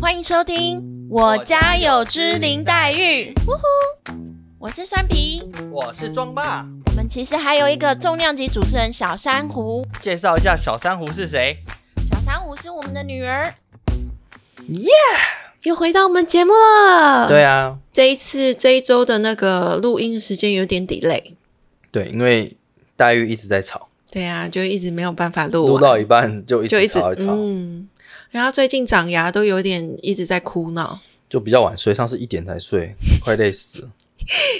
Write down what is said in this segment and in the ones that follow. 欢迎收听《我家有只林黛玉》。呜呼！我是酸皮，我是庄爸。我们其实还有一个重量级主持人小珊瑚。介绍一下小珊瑚是谁？小珊瑚是我们的女儿。耶、又回到我们节目了。对，啊，这一次这一周的那个录音时间有点 delay。对，因为黛玉一直在吵，对啊，就一直没有办法录完录到一半就一就直一直吵一吵，嗯。然后最近长牙都有点一直在哭闹，就比较晚睡，上次一点才睡，快累死了。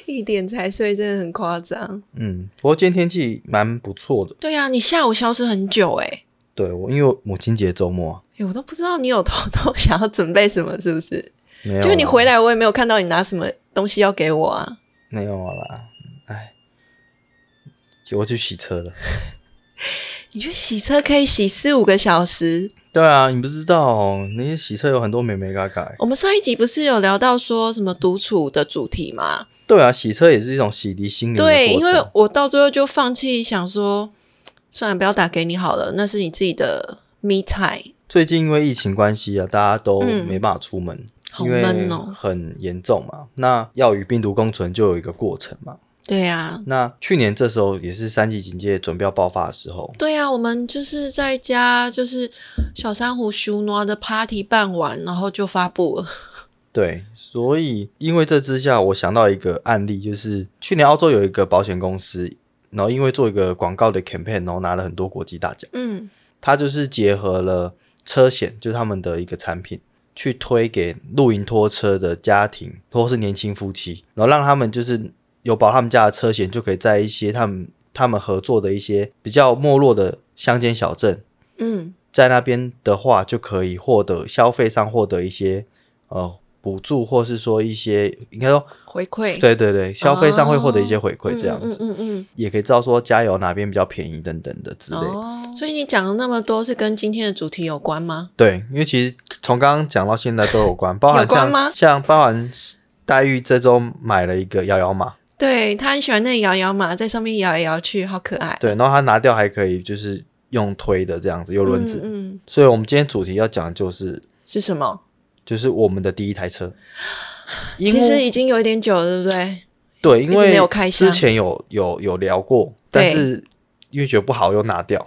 一点才睡真的很夸张。嗯，不过今天天气蛮不错的。对啊，你下午消失很久哎、欸、对我，因为我母亲节周末啊欸我都不知道你有偷偷想要准备什么，是不是？没有啊，就是你回来，我也没有看到你拿什么东西要给我啊。没有啊啦，哎，结果去洗车了。啊你去洗车可以洗四五个小时，对啊，你不知道、哦、那些洗车有很多美美嘎嘎欸。我们上一集不是有聊到说什么独处的主题吗？对啊，洗车也是一种洗涤心灵的过程。对，因为我到最后就放弃，想说算了，不要打给你好了，那是你自己的 me time。最近因为疫情关系啊，大家都嗯没办法出门，好因为闷哦很严重嘛。那要与病毒共存就有一个过程嘛。对啊，那去年这时候也是三级警戒准备要爆发的时候，对啊，我们就是在家，就是小珊瑚修诺的 party 办完，然后就发布了。对，所以因为这之下，我想到一个案例，就是去年澳洲有一个保险公司，然后因为做一个广告的 campaign，然后拿了很多国际大奖。嗯，它就是结合了车险，就是他们的一个产品，去推给露营拖车的家庭或是年轻夫妻，然后让他们就是有保他们家的车险，就可以在一些他们他们合作的一些比较没落的乡间小镇，嗯，在那边的话，就可以获得消费上获得一些呃补助，或是说一些应该说回馈对对对，消费上会获得一些回馈，嗯这样子、嗯嗯嗯也可以知道说加油哪边比较便宜等等的之嗯。类的。哦，所以你讲了那么多，是跟今天的主题有关吗？对，因为其实从刚刚讲到现在都有关，包含有关像吗像包含黛玉这周买了一个摇摇马，对他很喜欢那摇摇马，在上面摇来摇去，好可爱。对，然后她拿掉还可以就是用推的这样子，有轮子。嗯嗯，所以我们今天主题要讲的就是是什么？就是我们的第一台车，因其实为已经有一点久了，对不对？对，因直为没有开箱之前有有有聊过，但对是因为觉得不好又拿 掉，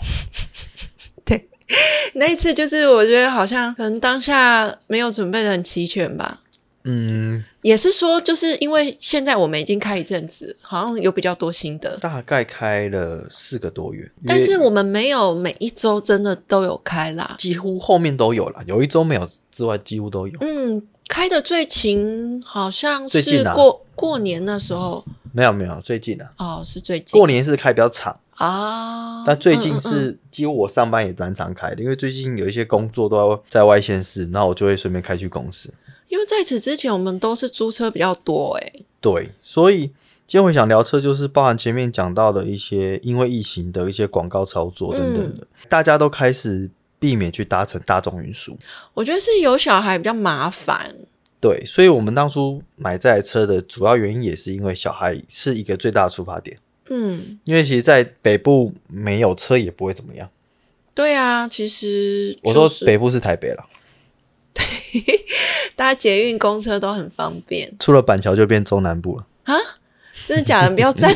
那一次就是我觉得好像可能当下没有准备的很齐全吧，嗯，也是说就是因为现在我们已经开一阵子，好像有比较多心得，大概开了四个多月，但因是为我们没有每一周真的都有开啦。几乎后面都有啦，有一周没有之外几乎都有，嗯，开的最勤好像最近是啊过、过年那时候没有没有最近啊，哦，是最近过年是开比较长。啊。但最近嗯嗯嗯是几乎我上班也蛮常开的，因为最近有一些工作都要在外县市，然后我就会顺便开去公司。因为在此之前我们都是租车比较多、欸，对，所以今天我想聊车，就是包含前面讲到的一些因为疫情的一些广告操作等等的，嗯大家都开始避免去搭乘大众运输。我觉得是有小孩比较麻烦，对，所以我们当初买这台车的主要原因也是因为小孩是一个最大的出发点，嗯，因为其实，在北部没有车也不会怎么样。对啊，其实、我就说是北部是台北了，搭捷运、公车都很方便出了板桥就变中南部了。啊！真的假的？不要站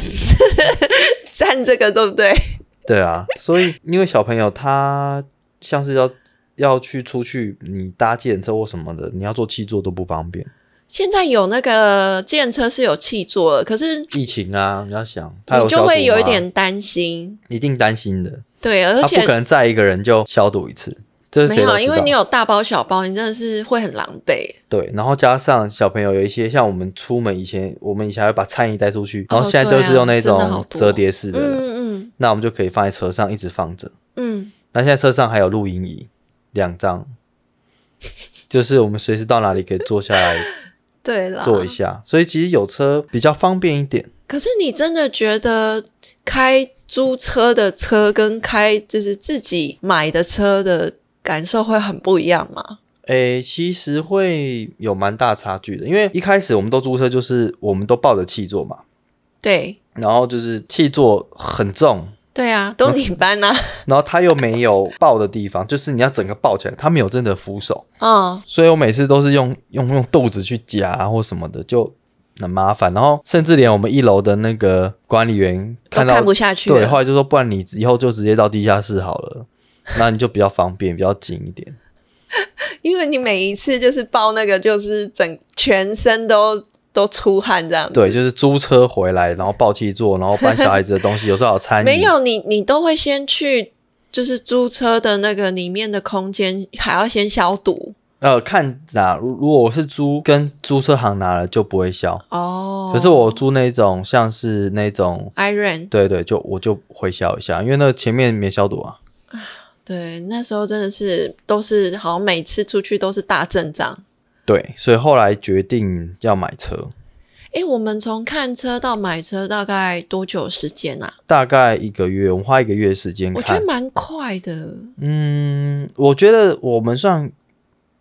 站这个，对不对？对啊，所以因为小朋友他像是要要去出去，你搭计程车或什么的，你要坐七座都不方便。现在有那个计程车是有气座了，可是疫情啊，你要想，他你消就毒会有一吗点担心。一定担心的，对，而他不且可能载一个人就消毒一次，这是没谁都有，知因为道你有大包小包，你真的是会很狼狈。对，然后加上小朋友有一些像我们出门以前，我们以前还会把餐椅带出去，然后哦现在都对啊是用那真的种好多折叠式的了，嗯嗯那我们就可以放在车上一直放着。嗯，那现在车上还有录音椅两张， 就是我们随时到哪里可以坐下来对啦。坐一下，所以其实有车比较方便一点。可是你真的觉得开租车的车跟开就是自己买的车的感受会很不一样吗？诶，其实会有蛮大差距的，因为一开始我们都租车，就是我们都抱着气座嘛，对，然后就是气座很重，对啊，嗯都你搬呐、然后它又没有抱的地方，就是你要整个抱起来，它没有真的扶手，啊，所以我每次都是用用用豆子去夹、啊或什么的，就很麻烦。然后甚至连我们一楼的那个管理员都看到看不下去对，后了。来就说不然你以后就直接到地下室好了，那你就比较方便，比较近一点。因为你每一次就是抱那个，就是整全身都都出汗这样。，对，就是租车回来，然后抱气座，然后搬小孩子的东 西，有时候还有餐椅，没有你，你都会先去就是租车的那个里面的空间，还要先消毒呃，看哪，如如果我是租跟租车行拿了就不会消，哦。可是我租那种像是那种， Iron 对对，就我就会消一下，因为那个前面没消毒啊。对那时候真的是都是好像每次出去都是大阵仗。对，所以后来决定要买车，诶，我们从看车到买车大概多久时间啊？大概一个月，我们花一个月时间我觉看得。蛮快的。嗯，我觉得我们算，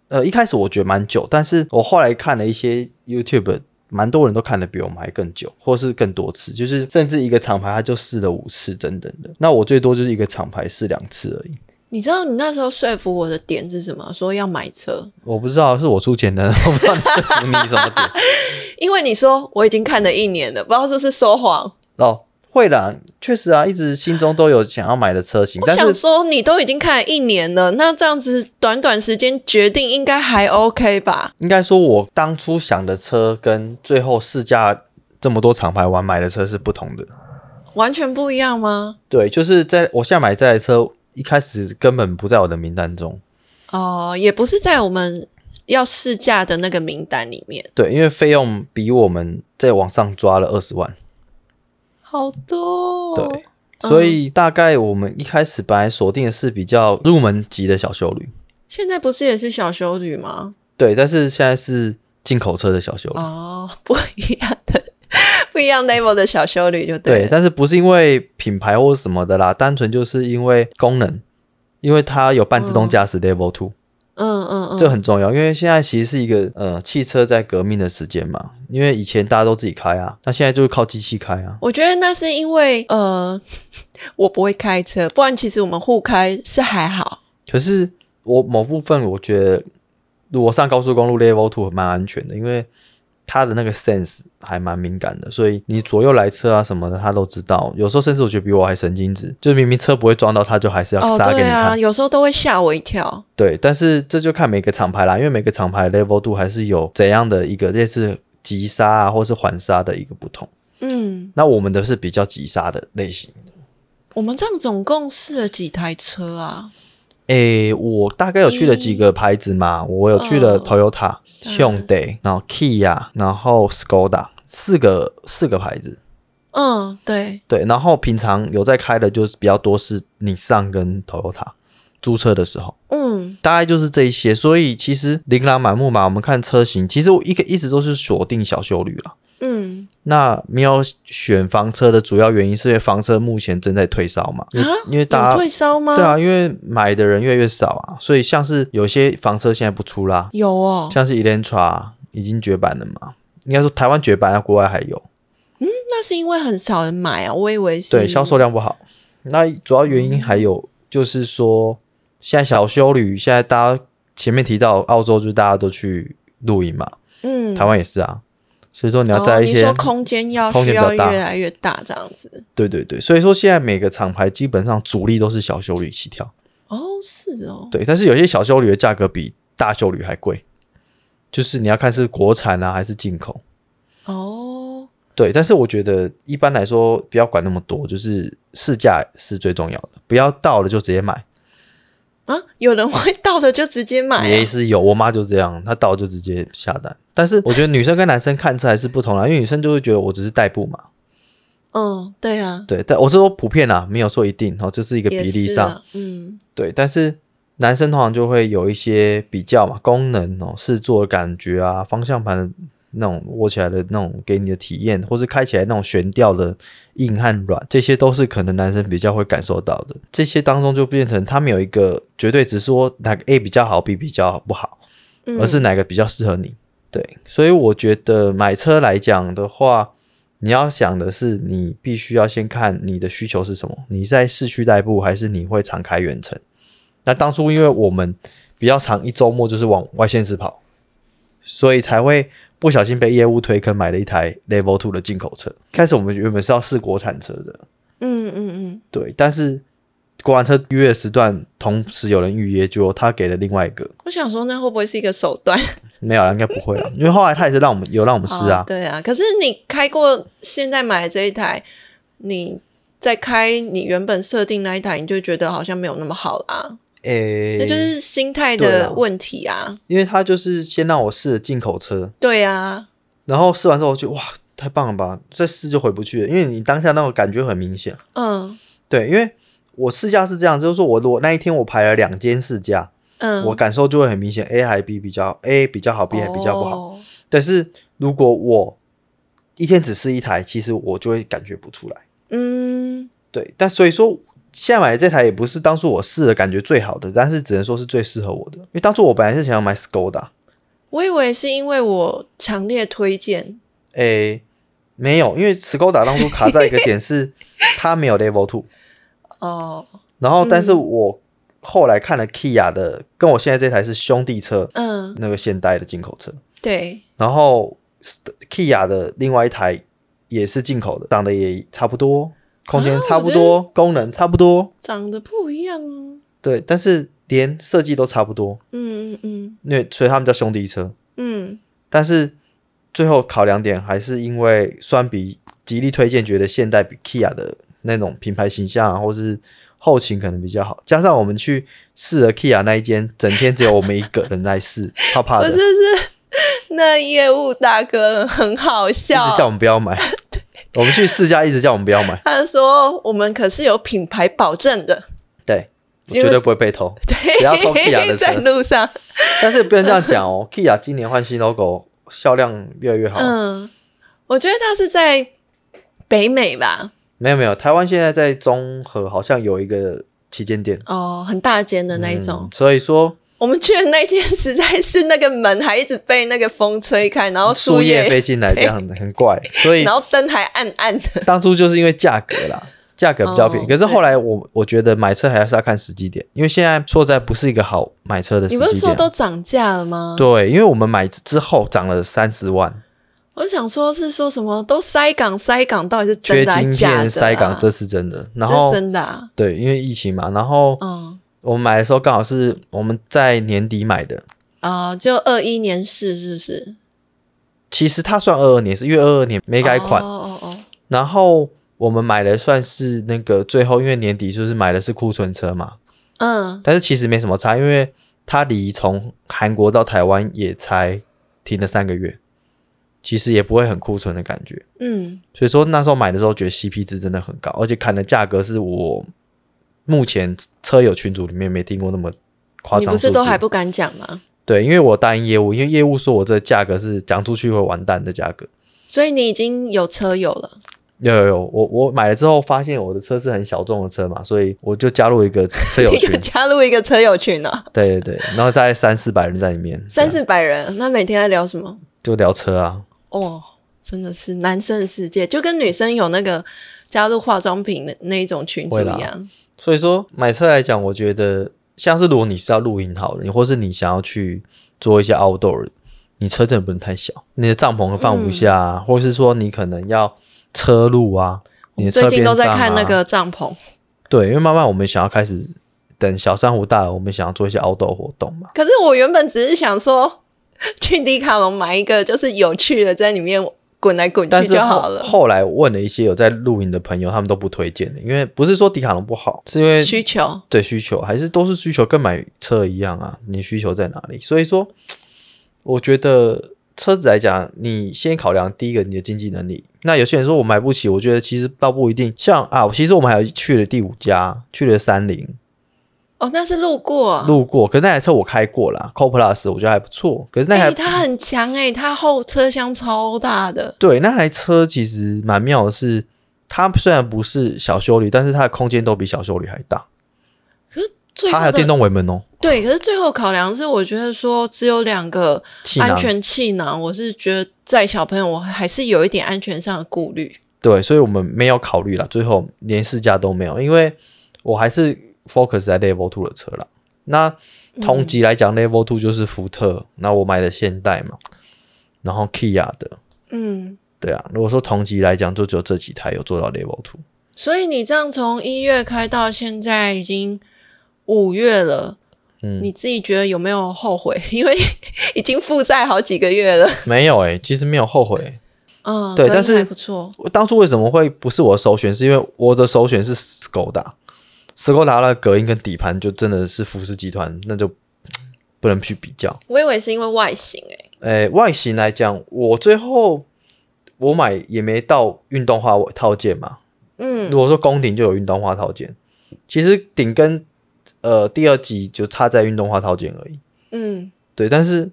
呃，一开始我觉得蛮久，但是我后来看了一些 YouTube，蛮多人都看的比我们还更久，或是更多次，就是甚至一个厂牌他就试了五次等等的。那我最多就是一个厂牌试两次而已。你知道你那时候说服我的点是什么？说要买车，我不知道是我出钱的， 我不知道你说服你什么点因为你说我已经看了一年了，不知道是不是说谎。哦。会啦，确实啊，一直心中都有想要买的车型，我但想是说你都已经看了一年了，那这样子短短时间决定应该还 OK 吧？应该说，我当初想的车跟最后试驾这么多厂牌玩买的车是不同的。完全不一样吗？对，就是在我现在买这台车，一开始根本不在我的名单中。哦、也不是在我们要试驾的那个名单里面，对，因为费用比我们在往上抓了二十万。好多、哦对，，所以大概我们一开始本来锁定的是比较入门级的小修旅，现在不是也是小修旅吗？对，但是现在是进口车的小修旅。哦、 不一样的，不一样 level 的小修旅就对对，了。但是不是因为品牌或什么的啦，单纯就是因为功能，因为它有半自动驾驶 Level Two，、嗯嗯嗯，这很重要，因为现在其实是一个呃汽车在革命的时间嘛，因为以前大家都自己开啊，那现在就是靠机器开啊。我觉得那是因为呃， 我不会开车，不然其实我们互开是还好。可是我某部分我觉得，如果上高速公路 Level Two 蛮安全的，因为它的那个 sense 还蛮敏感的，所以你左右来车啊什么的，它都知道。有时候甚至我觉得比我还神经质，就是明明车不会撞到，它就还是要哦，杀给对你看。啊，有时候都会吓我一跳。对，但是这就看每个厂牌啦，因为每个厂牌 level 度还是有怎样的一个类似急刹啊，或是缓刹的一个不同。嗯，那我们的是比较急刹的类型。我们这样总共试了几台车啊？诶，我大概有去了几个牌子嘛，我有去了嗯 Toyota、是 Hyundai，然后 Kia，然后 Skoda 四个四个牌子。嗯，对，对，然后平常有在开的就是比较多是你上跟 Toyota 租车的时候。嗯，大概就是这一些，所以其实琳琅满目嘛。我们看车型，其实我一个一直都是锁定小修旅啦。嗯，那没有选房车的主要原因是因为房车目前正在退烧嘛，因为啊因为大有家退烧吗？对啊，因为买的人越来越少啊，所以像是有些房车现在不出啦，有哦。像是 Elantra 已经绝版了嘛，应该说台湾绝版，那国外还有，那是因为很少人买啊，我以为是嗯对，销售量不好。那主要原因还有就是说，现在小修旅，现在大家前面提到澳洲，就是大家都去露营嘛，嗯，台湾也是啊，所以说你你要在一你些、说空间要空需间比较要大越来越大这样子。对对对，所以说现在每个厂牌基本上主力都是小修旅起跳，哦，是哦，对，但是有些小修旅的价格比大修旅还贵，就是你要看是国产啊还是进口，哦，对，但是我觉得一般来说不要管那么多，就是试驾是最重要的，不要到了就直接买，啊，有人会到的就直接买、啊，也是有，我妈就这样，她到了就直接下单，但是我觉得女生跟男生看车还是不同啦，因为女生就会觉得我只是代步嘛，嗯，对啊，对，但我是说普遍啦，没有说一定哦，这是一个也比例是上。啊，嗯，对，但是男生通常就会有一些比较嘛，功能哦，试坐的感觉啊，方向盘的那种握起来的那种给你的体验，或是开起来那种悬吊的硬和软，这些都是可能男生比较会感受到的。这些当中就变成他们有一个绝对，只是说哪个 A 比较好，B 比较不好，嗯而是哪个比较适合你。对，所以我觉得买车来讲的话，你要想的是，你必须要先看你的需求是什么，你在市区代步还是你会常开远程？那当初因为我们比较常一周末就是往外县市跑，所以才会不小心被业务推坑买了一台 Level Two 的进口车。开始我们原本是要试国产车的，嗯嗯对，但是国产车预约时段同时有人预约，就他给了另外一个嗯，，我想说那会不会是一个手段？没有啦，应该不 会啦，因为后来他也是让我们有让我们试啊哦，对啊。可是你开过现在买的这一台，你再开你原本设定那一台，你就觉得好像没有那么好啦。诶、那就是心态对啊的问题啊。因为他就是先让我试了进口车，对啊，然后试完之后我就哇，太棒了吧！再试就回不去了，因为你当下那种感觉很明显。嗯对，因为我试驾是这样，就是说我我那一天我排了两间试驾，嗯，我感受就会很明显，A 还 B 比较 A 比较好，B 还比较不好。哦但是如果我一天只试一台，其实我就会感觉不出来。嗯，对，但所以说现在买的这台也不是当初我试的感觉最好的，但是只能说是最适合我的，因为当初我本来是想要买 Skoda，我以为是因为我强烈推荐，诶、没有，因为 Skoda 当初卡在一个点 是它没有 Level Two，哦，然后但是嗯我后来看了 Kia 的，跟我现在这台是兄弟车，嗯，那个现代的进口车，对，然后 St- Kia 的另外一台也是进口的，长得也差不多，空间啊差不我觉得多，功能差不多，长得不一样哦，对，但是连设计都差不多，嗯嗯因为所以他们叫兄弟车，嗯但是最后考量点还是因为酸比极力推荐，觉得现代比 Kia 的那种品牌形象啊，或是后勤可能比较好。加上我们去试了 Kia 那一间，整天只有我们一个人来试，怕怕嗯，的，我一真直是那业务大哥很好笑，叫我们不要 买。我们去试驾，一直叫我们不要买，他说我们可是有品牌保证的，对，我因为绝对不会被偷。对，只 要偷 Kia 的车啊在路上，但是不能这样讲哦，Kia 今年换新 logo，销量越来越好。嗯，我觉得他是在北美吧，没有没有，台湾现在在中和好像有一个旗舰店哦，很大间的那一种。嗯所以说我们去的那间实在是那个门还一直被那个风吹开，然后树叶哦叶飞进来这样的很怪，所以然后灯还暗暗 的。当初就是因为价格啦，价格比较便宜。哦可是后来我我觉得买车还是要看时机点，因为现在说实在不是一个好买车的时你不是机说点都啊。涨价了吗？对，因为我们买之后涨了三十万，我想说是说什么都塞港塞港，到底是缺真的还晶是假的、啊？片塞港这是真的。然这后真的、啊，对，因为疫情嘛，然后嗯我们买的时候刚好是我们在年底买的，啊、就二一年试是不是？其实它算二二年是，因为二二年没改款，哦哦哦，然后我们买的算是那个最后，因为年底就是买的是库存车嘛，嗯，但是其实没什么差，因为它离从韩国到台湾也才停了三个月，其实也不会很库存的感觉。嗯所以说那时候买的时候觉得 CP 值真的很高，而且砍的价格是我目前车友群组里面没听过那么夸你张不的数字。是都还不敢讲吗？对，因为我答应业务，因为业务说我这价格是讲出去会完蛋的价格。所以你已经有车友了，有有有，我我买了之后发现我的车是很小众的车嘛，所以我就加入一个车友你 群有，加入一个车友群啊，对对对，然后大概三四百人在里面，这三样四百人，那每天在聊什么？就聊车啊，哦，真的是男生的世界，就跟女生有那个加入化妆品的那一种群组会一啦样。所以说买车来讲，我觉得像是如果你是要露营好了，你或是你想要去做一些 outdoor，的你车真的不能太小，你的帐篷放嗯不下、啊，或是说你可能要车路啊，你的车最近边都在帐看那啊个帐篷，对，因为慢慢我们想要开始等小珊瑚大了，我们想要做一些 outdoor 活动嘛，可是我原本只是想说去迪卡侬买一个，就是有趣的，在里面滚来滚但去是就后好了。后来我问了一些有在露营的朋友，他们都不推荐的，因为不是说迪卡侬不好，是因为需求，对需求还是都是需求，跟买车一样啊，你需求在哪里？所以说，我觉得车子来讲，你先考量第一个你的经济能力。那有些人说我买不起，我觉得其实倒不一定。像啊，其实我们还有去了第五家，去了三菱，哦，那是路过啊。路过，可是那台车我开过啦 c o Plus 我觉得还不错，可是那哎、台、它很强哎、它后车厢超大的，对那台车其实蛮妙的是，它虽然不是小修理，但是它的空间都比小修理还大。最它还后有电的动尾门哦，对，可是最后考量是，我觉得说只有两个气囊安全气囊，我是觉得在小朋友我还是有一点安全上的顾虑。对，所以我们没有考虑啦，最后连试驾都没有，因为我还是 focus 在 Level Two 的车啦。那嗯同级来讲、l e v e l Two 就是福特，那我买的现代嘛，然后 Kia 的，嗯，对啊。如果说同级来讲，就只有这几台有做到 Level Two。所以你这样从一月开到现在已经五月了，嗯你自己觉得有没有后悔？ 因为已经负债好几个月 了。没有诶、其实没有后悔、嗯，对可但是还不错。我当初为什么会不是我的首选，是因为我的首选是 Skoda，Skoda 的隔音跟底盘就真的是福斯集团，那就不能去比较。我以为是因为外形欸诶、诶、外形来讲，我最后我买也没到运动化套件嘛。嗯如果说宫顶就有运动化套件，其实顶跟呃第二级就差在运动化套件而已。嗯，对，但是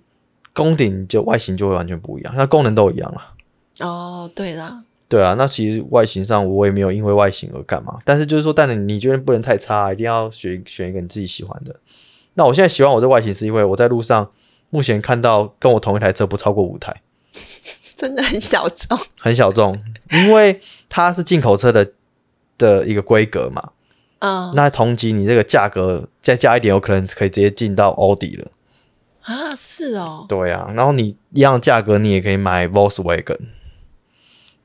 宫顶就外形就会完全不一样，那功能都一样啦。哦，对啦， 对啊，那其实外形上我也没有因为外形而干嘛，但是就是说，但你你觉得不能太差，啊一定要选选一个你自己喜欢的。那我现在喜欢我这外形，是因为我在路上目前看到跟我同一台车不超过五台，真的很小众。很小众，因为它是进口车的的一个规格嘛。嗯那同级你这个价格再加一点，有可能可以直接进到奥迪了。啊，是哦，对啊，然后你一样价格，你也可以买 Volkswagen，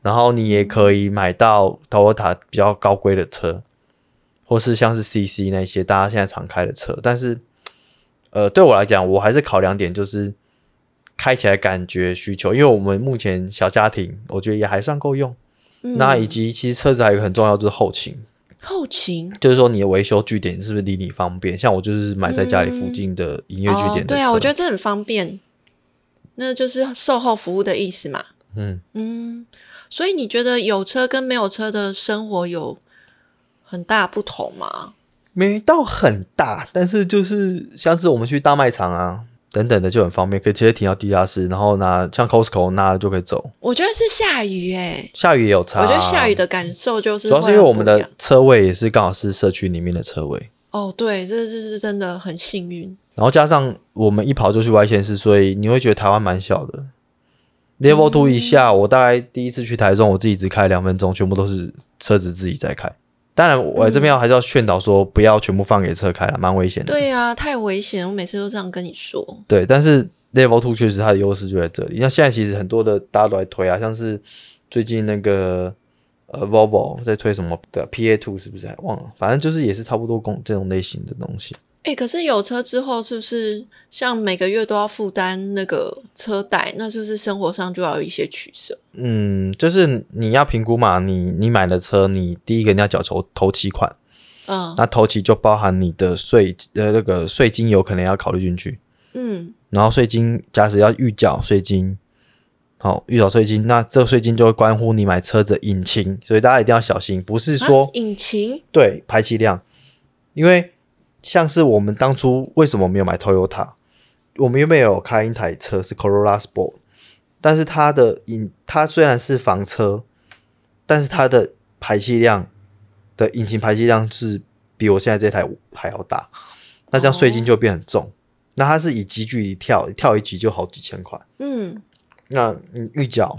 然后你也可以买到 Toyota 比较高规的车，或是像是 CC 那些大家现在常开的车。但是，呃，对我来讲，我还是考量点就是开起来感觉需求，因为我们目前小家庭，我觉得也还算够用。嗯那以及其实车子还有一个很重要就是后勤，后勤就是说你的维修据点是不是离你方便？像我就是买在家里附近的营业据点的车、哦，对啊，我觉得这很方便，那就是售后服务的意思嘛。嗯。嗯，所以你觉得有车跟没有车的生活有很大不同吗？没到很大，但是就是像是我们去大卖场啊等等的就很方便，可以直接停到地下室，然后拿像 Costco 拿了就可以走。我觉得是下雨诶、下雨也有差、啊我觉得下雨的感受就是主要是会因为很我们不一的样车位也是刚好是社区里面的车位，哦，对，这这是真的很幸运。然后加上我们一跑就去外县市，所以你会觉得台湾蛮小的。Level 嗯 Two 一下，我大概第一次去台中，我自己只开两分钟，全部都是车子自己在开。当然，我这边要还是要劝导说，不要全部放给车开了，蛮危险的。对啊，太危险！我每次都这样跟你说。对，但是 Level Two 确实它的优势就在这里。那现在其实很多的大家都在推啊，像是最近那个呃 Volvo 在推什么的 PA Two 是不是？忘了，反正就是也是差不多公这种类型的东西。哎、可是有车之后，是不是像每个月都要负担那个车贷？那是不是生活上就要有一些取舍？嗯，就是你要评估嘛，你你买的车，你第一个你要缴头头期款，嗯那头期就包含你的税呃那个税金有可能要考虑进去，嗯然后税金假使要预缴税金，好、预缴税金，那这税金就会关乎你买车子的引擎，所以大家一定要小心，不是说、啊、引擎，对排气量，因为像是我们当初为什么没有买 Toyota，我们原本有开一台车是 Corolla Sport，但是它的引它虽然是房车，但是它的排气量的引擎排气量是比我现在这台还要大，那这样税金就变很重。那它是以级距一跳，跳一级就好几千块。嗯，那你预缴，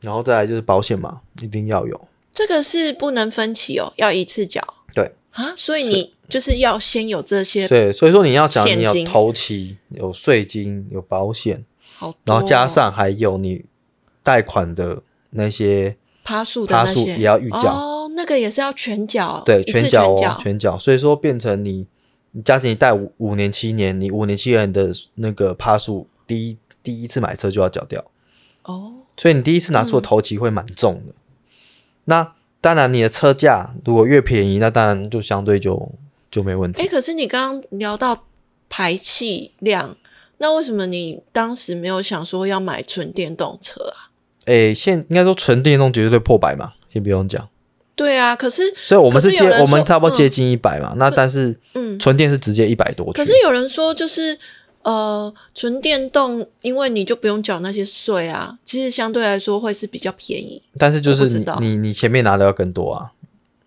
然后再来就是保险嘛，一定要有。这个是不能分期哦，要一次缴对，啊。所以你就是要先有这些，对，所以说你要想，现你有金头期、有税金、有保险，好多哦、然后加上还有你贷款的那些，趴数的趴那数些也要预缴哦，那个也是要全缴，对，一次全全缴哦，全缴。所以说变成你，你假使你贷五五年、七年，你五年、七年的那个趴数，第一第一次买车就要缴掉，哦，所以你第一次拿出的头期会蛮重的。那当然，你的车价如果越便宜，那当然就相对就就没问哎，题。可是你刚刚聊到排气量，那为什么你当时没有想说要买纯电动车啊？诶，现应该说纯电动绝对破百嘛，先不用讲。对啊，可是所以我们是可是接有人我们说差不多接嗯近一百嘛，那但是嗯，纯电是直接一百多去可是有人说就是呃，纯电动，因为你就不用缴那些税啊，其实相对来说会是比较便宜。但是就我是不知你道你你前面拿的要更多啊，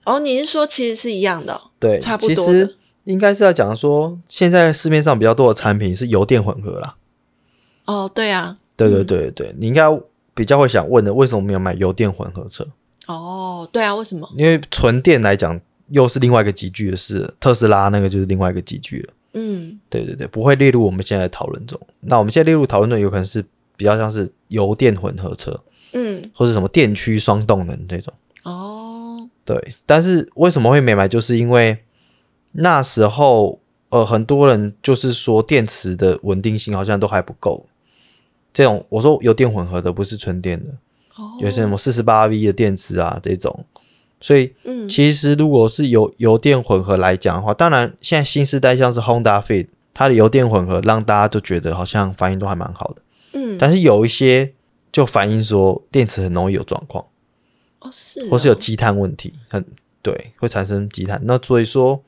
哦，你是说其实是一样的哦、对，差不其多实的应该是要讲说，现在市面上比较多的产品是油电混合啦。哦，对啊，对对对对，你应该比较会想问的，为什么没有买油电混合车？哦，对啊，为什么？因为纯电来讲又是另外一个集聚的事了，特斯拉那个就是另外一个集聚了。嗯，对对对，不会列入我们现在的讨论中。那我们现在列入讨论中，有可能是比较像是油电混合车，嗯，或是什么电驱双动能这种。哦，对，但是为什么会没买，就是因为那时候呃，很多人就是说电池的稳定性好像都还不够。这种我说油电混合的，不是纯电的，哦，有些什么四十八 V 的电池啊这种。所以嗯，其实如果是油油电混合来讲的话，当然现在新时代像是 Honda Fit，它的油电混合让大家就觉得好像反应都还蛮好的，嗯，但是有一些就反映说电池很容易有状况。哦是哦，或是有积碳问题，很对，会产生积碳。那所以说，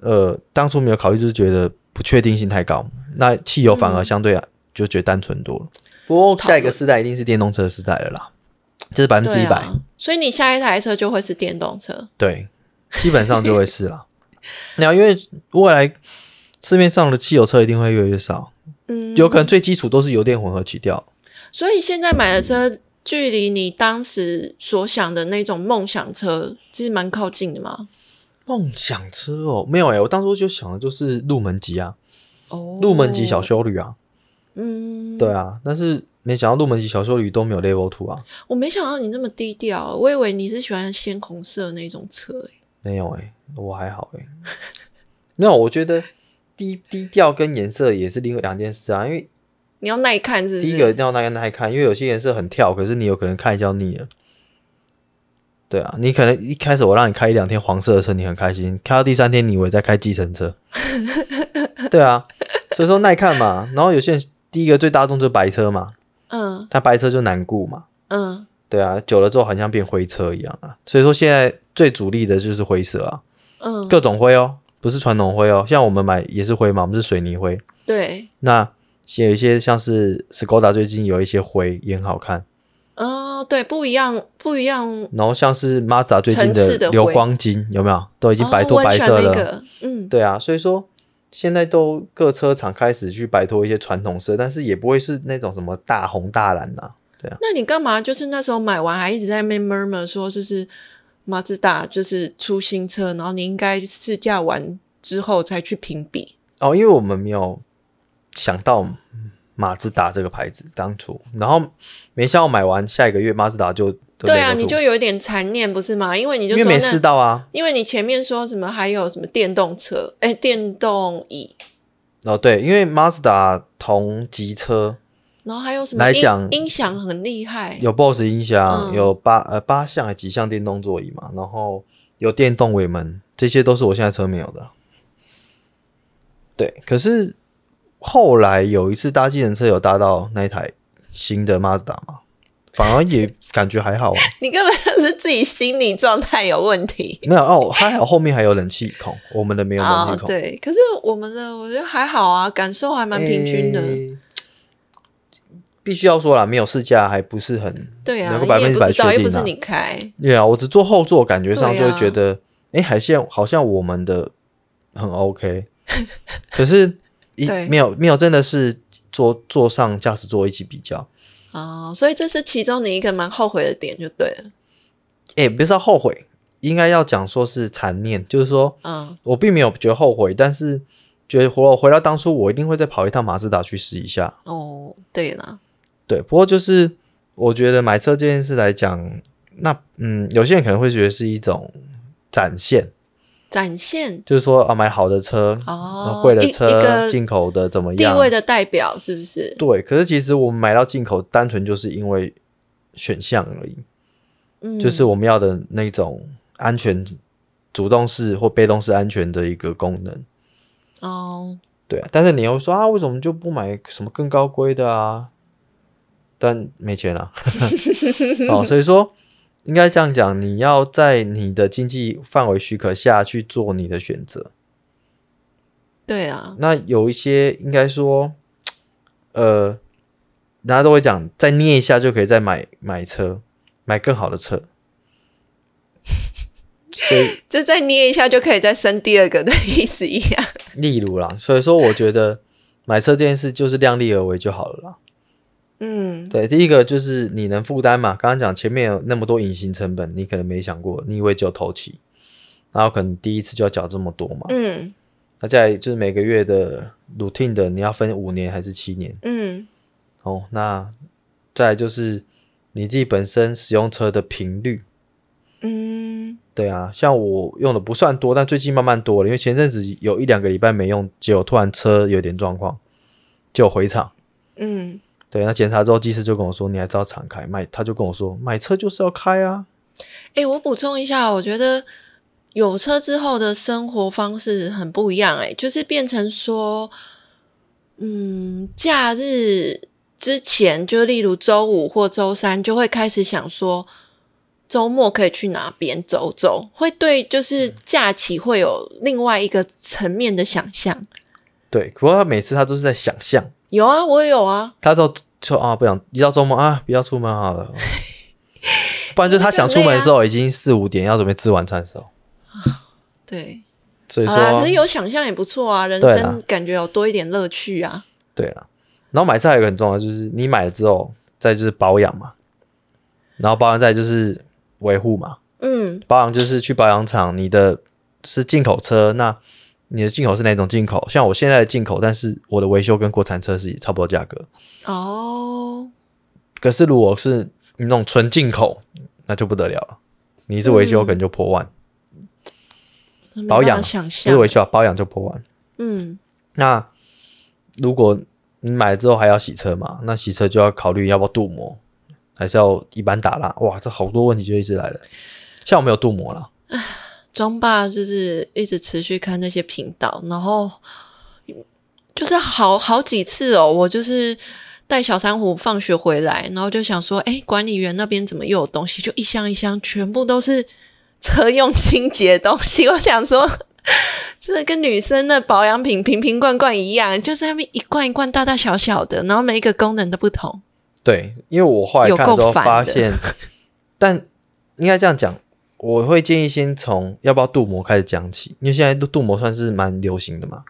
呃，当初没有考虑，就是觉得不确定性太高，那汽油反而相对啊，就觉得单纯多了。不过下一个时代一定是电动车时代了啦，这是百分之对一百，啊，所以你下一台车就会是电动车，对，基本上就会是 啦。那因为未来市面上的汽油车一定会越来越少，嗯，有可能最基础都是油电混合起掉。所以现在买的车距离你当时所想的那种梦想车，其实蛮靠近的嘛。梦想车哦，没有诶、我当初就想的就是入门级啊，哦，入门级小，修旅啊。嗯，对，啊，但是没想到入门级小修旅都没有 Level Two 啊，我没想到你那么低调，我以为你是喜欢鲜红色那种车、欸，没有哎、我还好哎、欸。那我觉得低低调跟颜色也是另外两件事啊，因为你要耐看是不是？第一个一定要耐耐看，因为有些颜色很跳，可是你有可能看一下就腻了。对啊，你可能一开始我让你开一两天黄色的车，你很开心，开到第三天你以为在开计程车。对啊，所以说耐看嘛。然后有些人第一个最大众就是白车嘛，嗯但白车就难顾嘛。嗯，对啊，久了之后很像变灰车一样啊。所以说现在最主力的就是灰色啊，嗯，各种灰哦，不是传统灰哦。像我们买也是灰嘛，我们是水泥灰。对，那有一些像是 Skoda 最近有一些灰也很好看，哦，对，不一样，不一样，然后像是 Mazda 最近层次的的灰流光金有没有都已经摆脱哦、白色温泉了？那个，嗯，对啊，所以说现在都各车厂开始去摆脱一些传统色，但是也不会是那种什么大红大蓝啊呐、那你干嘛？就是那时候买完还一直在那边 murmur 说，就是马自达就是出新车，然后你应该试驾完之后才去评比。哦，因为我们没有想到马自达这个牌子当初，然后没想到买完下一个月马自达就对啊，就你就有一点残念不是吗？因为你就因为说没那试，到啊。因为你前面说什么还有什么电动车，哎，电动椅，哦，对，因为马自达同级车然后还有什么来音讲音响很厉害，有 BOSS 音响，嗯有八呃八项还几项电动座椅嘛，然后有电动尾门，这些都是我现在车没有的。对，可是后来有一次搭计程车有搭到那一台新的马自达嘛，反而也感觉还好啊。你根本就是自己心理状态有问题。没有哦，还好后面还有冷气孔，我们的没有冷啊、气孔，对，可是我们的我觉得还好啊，感受还蛮平均的。诶必须要说啦，没有试驾还不是很对啊，能你够百也分之不百知道，确又不定是啊你。开，对啊，我只坐后座，感觉上对就会啊觉得，哎、好像好像我们的很 OK，可是一对没有没有真的是坐坐上驾驶座一起比较，哦，所以这是其中你一个蛮后悔的点，就对了。哎、不是要后悔，应该要讲说是残念，就是说嗯，我并没有觉得后悔，但是觉得回回到当初，我一定会再跑一趟马自达去试一下。哦，对啦，对，不过就是我觉得买车这件事来讲，那嗯，有些人可能会觉得是一种展现，展现就是说啊，买好的车，哦，贵的一一车，个进口的怎么地样？位的代表是不是？对，可是其实我们买到进口，单纯就是因为选项而已，嗯，就是我们要的那种安全、主动式或被动式安全的一个功能。哦，对啊，但是你又说啊，为什么就不买什么更高规的啊？但没钱啊， 哦，所以说应该这样讲，你要在你的经济范围许可下去做你的选择。对啊，那有一些应该说，呃，大家都会讲，再捏一下就可以再买买车，买更好的车。所以这再捏一下就可以再生第二个的意思一样。例如啦，所以说我觉得买车这件事就是量力而为就好了啦。嗯，对，第一个就是你能负担嘛，刚刚讲前面有那么多隐形成本，你可能没想过，你以为只有头期，然后可能第一次就要缴这么多嘛。嗯那再来就是每个月的 routine 的，你要分五年还是七年？嗯哦，那再来就是你自己本身使用车的频率。嗯对啊，像我用的不算多，但最近慢慢多了，因为前阵子有一两个礼拜没用，结果突然车有点状况，就回厂。嗯，对，那检查之后，技师就跟我说，你还是要常开。买，他就跟我说，买车就是要开啊。哎、我补充一下，我觉得有车之后的生活方式很不一样、欸，哎，就是变成说，嗯，假日之前，就例如周五或周三，就会开始想说，周末可以去哪边走走，会对就是假期会有另外一个层面的想象。对，不过他每次他都是在想象，有啊，我也有啊，他都说啊，不想一到周末啊，不要出门好 了。不然就是他想出门的时啊候已经四五点，要准备吃晚餐的时候。对，所以好啦，可是说，有想象也不错啊，人对啦生感觉有多一点乐趣啊。对了。然后买车还有一个很重要，就是你买了之后，再就是保养嘛，然后保养再就是维护嘛。嗯，保养就是去保养厂，你的是进口车，那你的进口是哪种进口？像我现在的进口，但是我的维修跟国产车是差不多价格。哦，可是如果是那种纯进口，那就不得了了，你一次维修可能就破万，没保办法养想不嗯是象维，修啊，保养就破万。嗯那如果你买了之后还要洗车嘛，那洗车就要考虑要不要镀膜，还是要一般打蜡？哇，这好多问题就一直来了。像我没有镀膜啦，，庄爸就是一直持续看那些频道，然后就是好好几次哦，我就是带小珊瑚放学回来，然后就想说，哎，管理员那边怎么又有东西？就一箱一箱，全部都是车用清洁东西。我想说， 真的跟女生的保养品瓶瓶罐罐一样，就是他们一罐一罐大大小小的，然后每一个功能都不同。对，因为我后来有看了之够后烦发的 现，但应该这样讲，我会建议先从要不要镀膜开始讲起，因为现在镀镀膜算是蛮流行的嘛。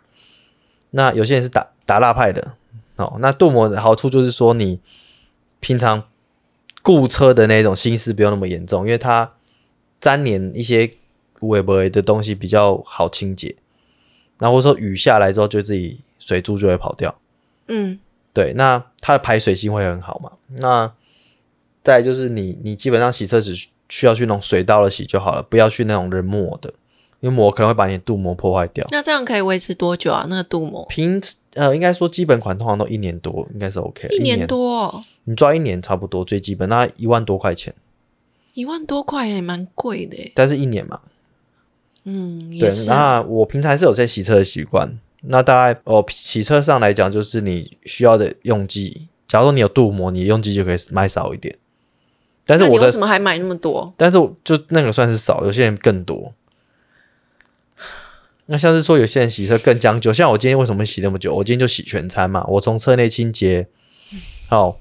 那有些人是打打蜡派的哦，那镀膜的好处就是说，你平常雇车的那种心思不用那么严重，因为它粘连一些微微的东西比较好清洁，然后或者说雨下来之后就自己水珠就会跑掉。嗯对，那它的排水性会很好嘛？那再来就是你，你基本上洗车只需需要去那种水道的洗就好了，不要去那种人抹的，因为抹可能会把你的镀膜破坏掉。那这样可以维持多久啊？那个镀膜平呃，应该说基本款通常都一年多，应该是 OK 了。一年年，多、哦。你抓一年差不多最基本，那一万多块钱，一万多块也蛮贵的耶，但是一年嘛。嗯，对也，是，那我平常是有在洗车的习惯。那大概哦，洗车上来讲，就是你需要的用剂，假如说你有镀膜，你用剂就可以买少一点。但是那我你的为什么还买那么多？但是我就那个算是少，有些人更多。那像是说有些人洗车更将就，像我今天为什么洗那么久？我今天就洗全餐嘛，我从车内清洁，好，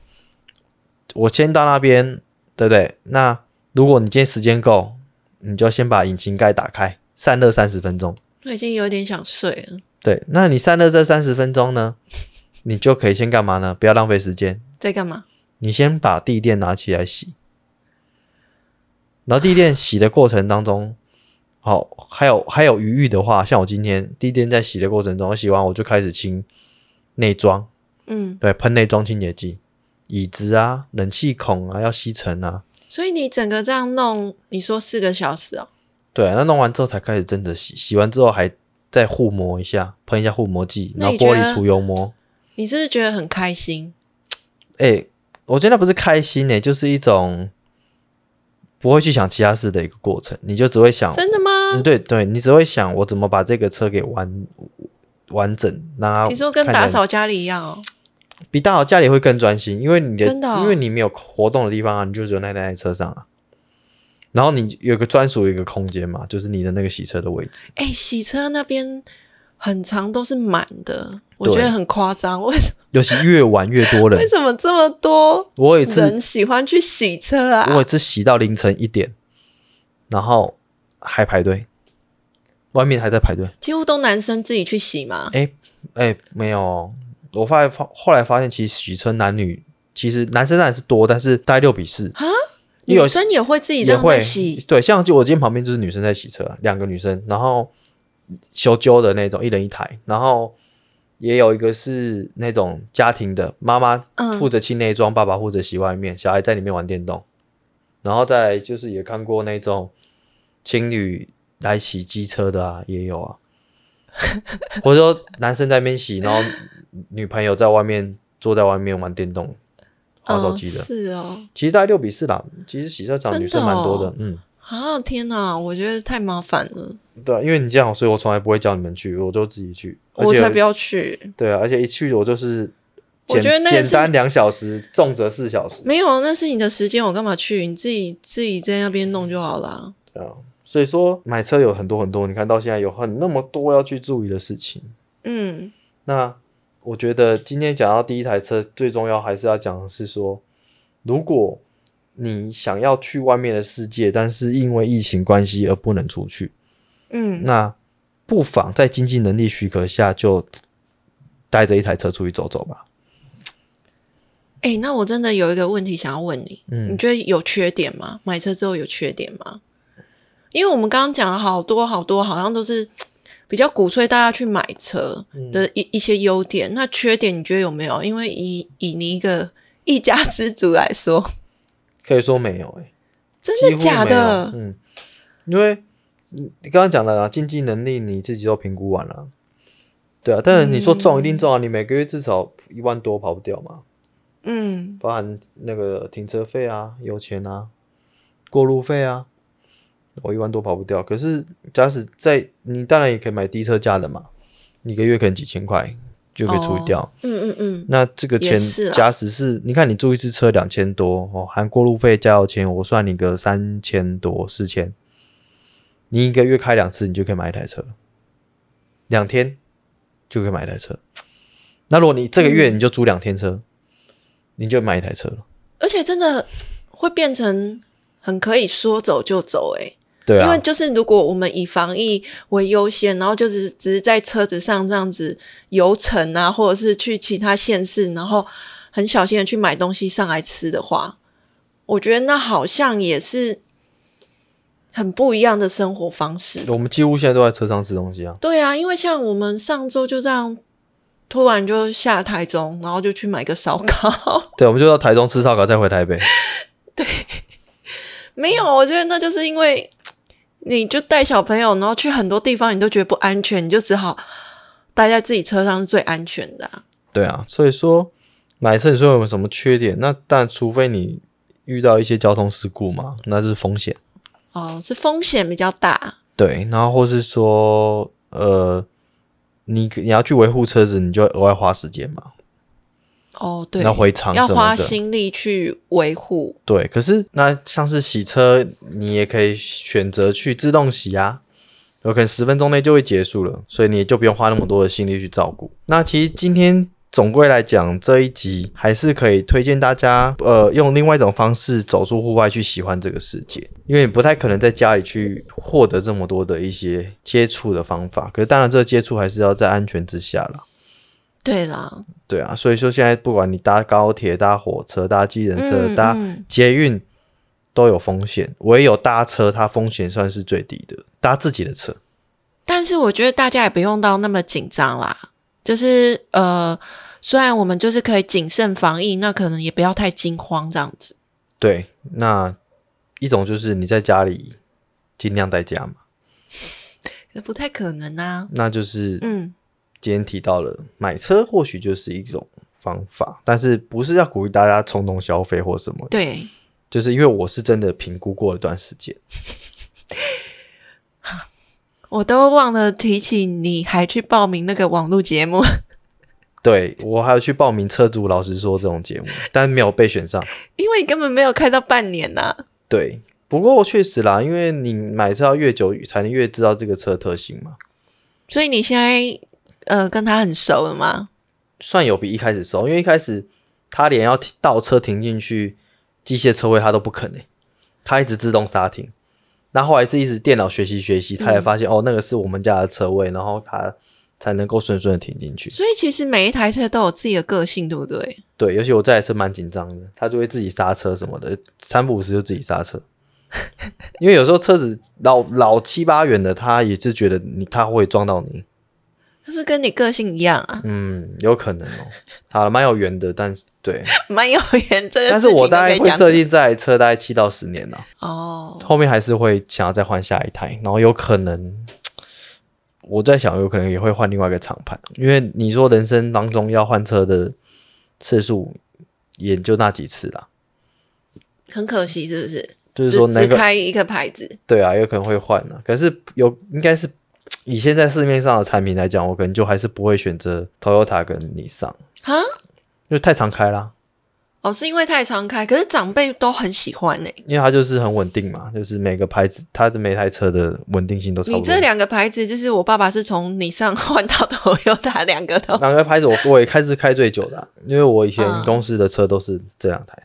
我先到那边，对不对？那如果你今天时间够，你就先把引擎盖打开，散热三十分钟。我已经有点想睡了。对，那你散热这三十分钟呢，你就可以先干嘛呢？不要浪费时间，在干嘛？你先把地垫拿起来洗，然后地垫洗的过程当中，好、还有还有余裕的话，像我今天地垫在洗的过程中，我洗完我就开始清内装，嗯，对，喷内装清洁剂，椅子啊、冷气孔啊要吸尘啊，所以你整个这样弄，你说四个小时哦，对啊，那弄完之后才开始真的洗，洗完之后还再护膜一下，喷一下护膜剂，那然后你觉玻得璃除油膜。你是不是觉得很开心？哎、我觉得那不是开心呢、就是一种不会去想其他事的一个过程，你就只会想真的吗嗯，？对对，你只会想我怎么把这个车给完完整，让它你说跟看起打啊来扫家里一样哦？比打扫家里会更专心，因为你的真的哦因为你没有活动的地方啊，你就只有那台车上啊。然后你有个专属一个空间嘛，就是你的那个洗车的位置。哎、洗车那边很长都是满的，我觉对得很夸张。 为什尤其越晚越多人 为，什么这么多我有一次人喜欢去洗车啊我？有一次洗到凌晨一点，然后还排队，外面还在排队。几乎都男生自己去洗嘛。哎哎，没有哦，我发发后来发现，其实洗车男女其实男生当然是多，但是大概六比四，啊，因为有女生也会自己这也样会在洗，对，像就我今天旁边就是女生在洗车，两个女生，然后修旧的那种，一人一台，然后也有一个是那种家庭的，妈妈嗯负责清内装，爸爸负责洗外面，小孩在里面玩电动，然后再来就是也看过那种情侣来洗机车的啊，也有 啊，或者说男生在那边洗，然后女朋友在外面坐在外面玩电动。划手机的、嗯是哦。其实大概六比四啦。其实洗车场真女生蛮多的，的哦嗯，啊，天哪，我觉得太麻烦了，对啊，因为你这样，所以我从来不会叫你们去，我都自己去。而我且才不要去。对啊，而且一去我就是我简觉得那个简是单两小时，重则四小时，没有，那是你的时间，我干嘛去？你自己自己在那边弄就好啦。对啊。所以说买车有很多很多，你看到现在有很那么多要去注意的事情。嗯，那我觉得今天讲到第一台车，最重要还是要讲的是说，如果你想要去外面的世界，但是因为疫情关系而不能出去，嗯，那不妨在经济能力许可下，就带着一台车出去走走吧。哎、那我真的有一个问题想要问你，嗯你觉得有缺点吗？买车之后有缺点吗？因为我们刚刚讲了好多好多，好像都是比较鼓吹大家去买车嗯的一、一些优点。那缺点你觉得有没有？因为以以你一个一家之主来说，可以说没有、欸，真几的乎假没有的？嗯，因为你你刚刚讲了啊，经济能力你自己都评估完了，对啊。但是你说中一定中啊，你每个月至少一万多跑不掉嘛，嗯包含那个停车费啊、油钱啊、过路费啊，我一万多跑不掉。可是假使在你当然也可以买低车价的嘛，一个月可能几千块就可以处理哦掉。嗯嗯嗯，那这个钱也是啊啦，假使是你看你租一次车两千多哦，含过路费、加油钱，我算你个三千多、四千，你一个月开两次，你就可以买一台车，两天就可以买一台车。那如果你这个嗯月你就租两天车，你就买一台车了。而且真的会变成很可以说走就走、欸，对因啊为，就是如果我们以防疫为优先，然后就只是只是在车子上这样子游程啊，或者是去其他县市，然后很小心的去买东西上来吃的话，我觉得那好像也是很不一样的生活方式。我们几乎现在都在车上吃东西啊。对啊，因为像我们上周就这样，突然就下台中，然后就去买个烧烤。对，我们就到台中吃烧烤，再回台北。没有，我觉得那就是因为你就带小朋友，然后去很多地方，你都觉得不安全，你就只好待在自己车上是最安全的啊、对啊，所以说买车你说有没有什么缺点？那但除非你遇到一些交通事故嘛，那是风险。哦，是风险比较大。对，然后或是说，呃，你你要去维护车子，你就额外花时间嘛，哦，对，要回厂要什么花的。心力去维护。对，可是那像是洗车，你也可以选择去自动洗啊，有可能十分钟内就会结束了，所以你也就不用花那么多的心力去照顾。那其实今天总归来讲，这一集还是可以推荐大家，呃，用另外一种方式走出户外去喜欢这个世界，因为你不太可能在家里去获得这么多的一些接触的方法。可是当然，这个接触还是要在安全之下啦。对啦，对啊，所以说现在不管你搭高铁、搭火车、搭计程车、嗯搭嗯捷运，都有风险，唯有搭车它风险算是最低的，搭自己的车。但是我觉得大家也不用到那么紧张啦，就是呃，虽然我们就是可以谨慎防疫，那可能也不要太惊慌这样子。对，那一种就是你在家里尽量在家嘛，可不太可能啊。那就是嗯，今天提到了买车或许就是一种方法，但是不是要鼓励大家冲动消费或什么，对，就是因为我是真的评估过一段时间。我都忘了提起你还去报名那个网络节目， 对我还有去报名车主老实说这种节目，但没有被选上。因为你根本没有开到半年啊呐、对，不过确实啦，因为你买车要越久才能越知道这个车的特性嘛，所以你现在呃跟他很熟了吗？算有比一开始熟，因为一开始他连要欸停倒车停进去机械车位他都不肯诶、他一直自动刹停，那后来是一直电脑学习学习，他才发现、哦，那个是我们家的车位，然后他才能够顺顺的停进去。所以其实每一台车都有自己的个性，对不对？对，尤其我这台车蛮紧张的，他就会自己刹车什么的，三不五时就自己刹车。因为有时候车子老老七八元的，他也是觉得你他会撞到你，它是跟你个性一样啊， 嗯，有可能哦。好了，蛮有缘的，但是对，蛮有缘。 这个但事是情我都大可概以会讲设定这台车大概七到十年了。哦，后面还是会想要再换下一台，然后有可能我在想，有可能也会换另外一个厂牌，因为你说人生当中要换车的次数也就那几次啦，很可惜，是不是？就就是说那只个开一个牌子，对啊，有可能会换啊，可是有应该是以现在市面上的产品来讲，我可能就还是不会选择 Toyota 跟 Nissan，啊？因为太常开啦，哦，是因为太常开，可是长辈都很喜欢呢、欸因为它就是很稳定嘛，就是每个牌子它的每台车的稳定性都差不多。你这两个牌子，就是我爸爸是从你上换到 Toyota，两个都，哪个牌子我我也开始开最久的啊、因为我以前嗯公司的车都是这两台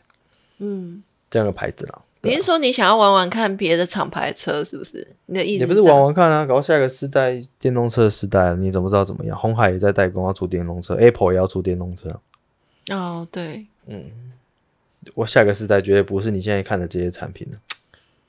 嗯，这两个牌子啦。对你啊是说你想要玩玩看别的厂牌的车，是不是？你的意思也不是是这样玩玩看啊，搞到下个世代电动车的世代，你怎么知道怎么样？红海也在代工要出电动车，Apple 也要出电动车。哦，对我下个世代绝对不是你现在看的这些产品了。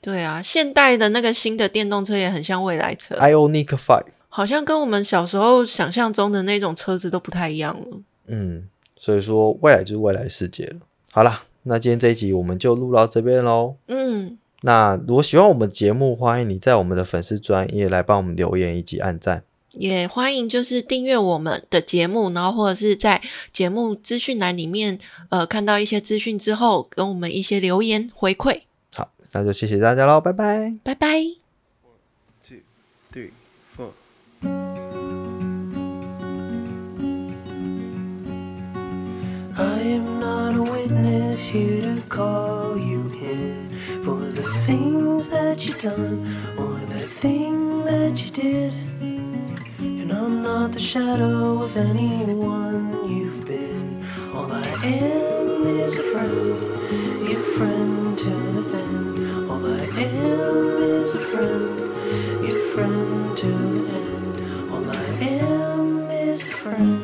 对啊，现代的那个新的电动车也很像未来车，哎 Ionic Five，好像跟我们小时候想象中的那种车子都不太一样了。嗯，所以说未来就是未来世界了。好啦，那今天这一集我们就录到这边喽。嗯，那如果喜欢我们节目，欢迎你在我们的粉丝专业来帮我们留言以及按赞。也欢迎就是订阅我们的节目，然后或者是在节目资讯栏里面，呃，看到一些资讯之后，跟我们一些留言回馈。好，那就谢谢大家喽，拜拜。拜拜。 three, four. I am not a witness here to call you in for the things that you done or the thing that you did. And I'm not the shadow of anyone you've been. All I am is a friend, your friend to the end. All I am is a friend, your friend to the end. All I am is a friend.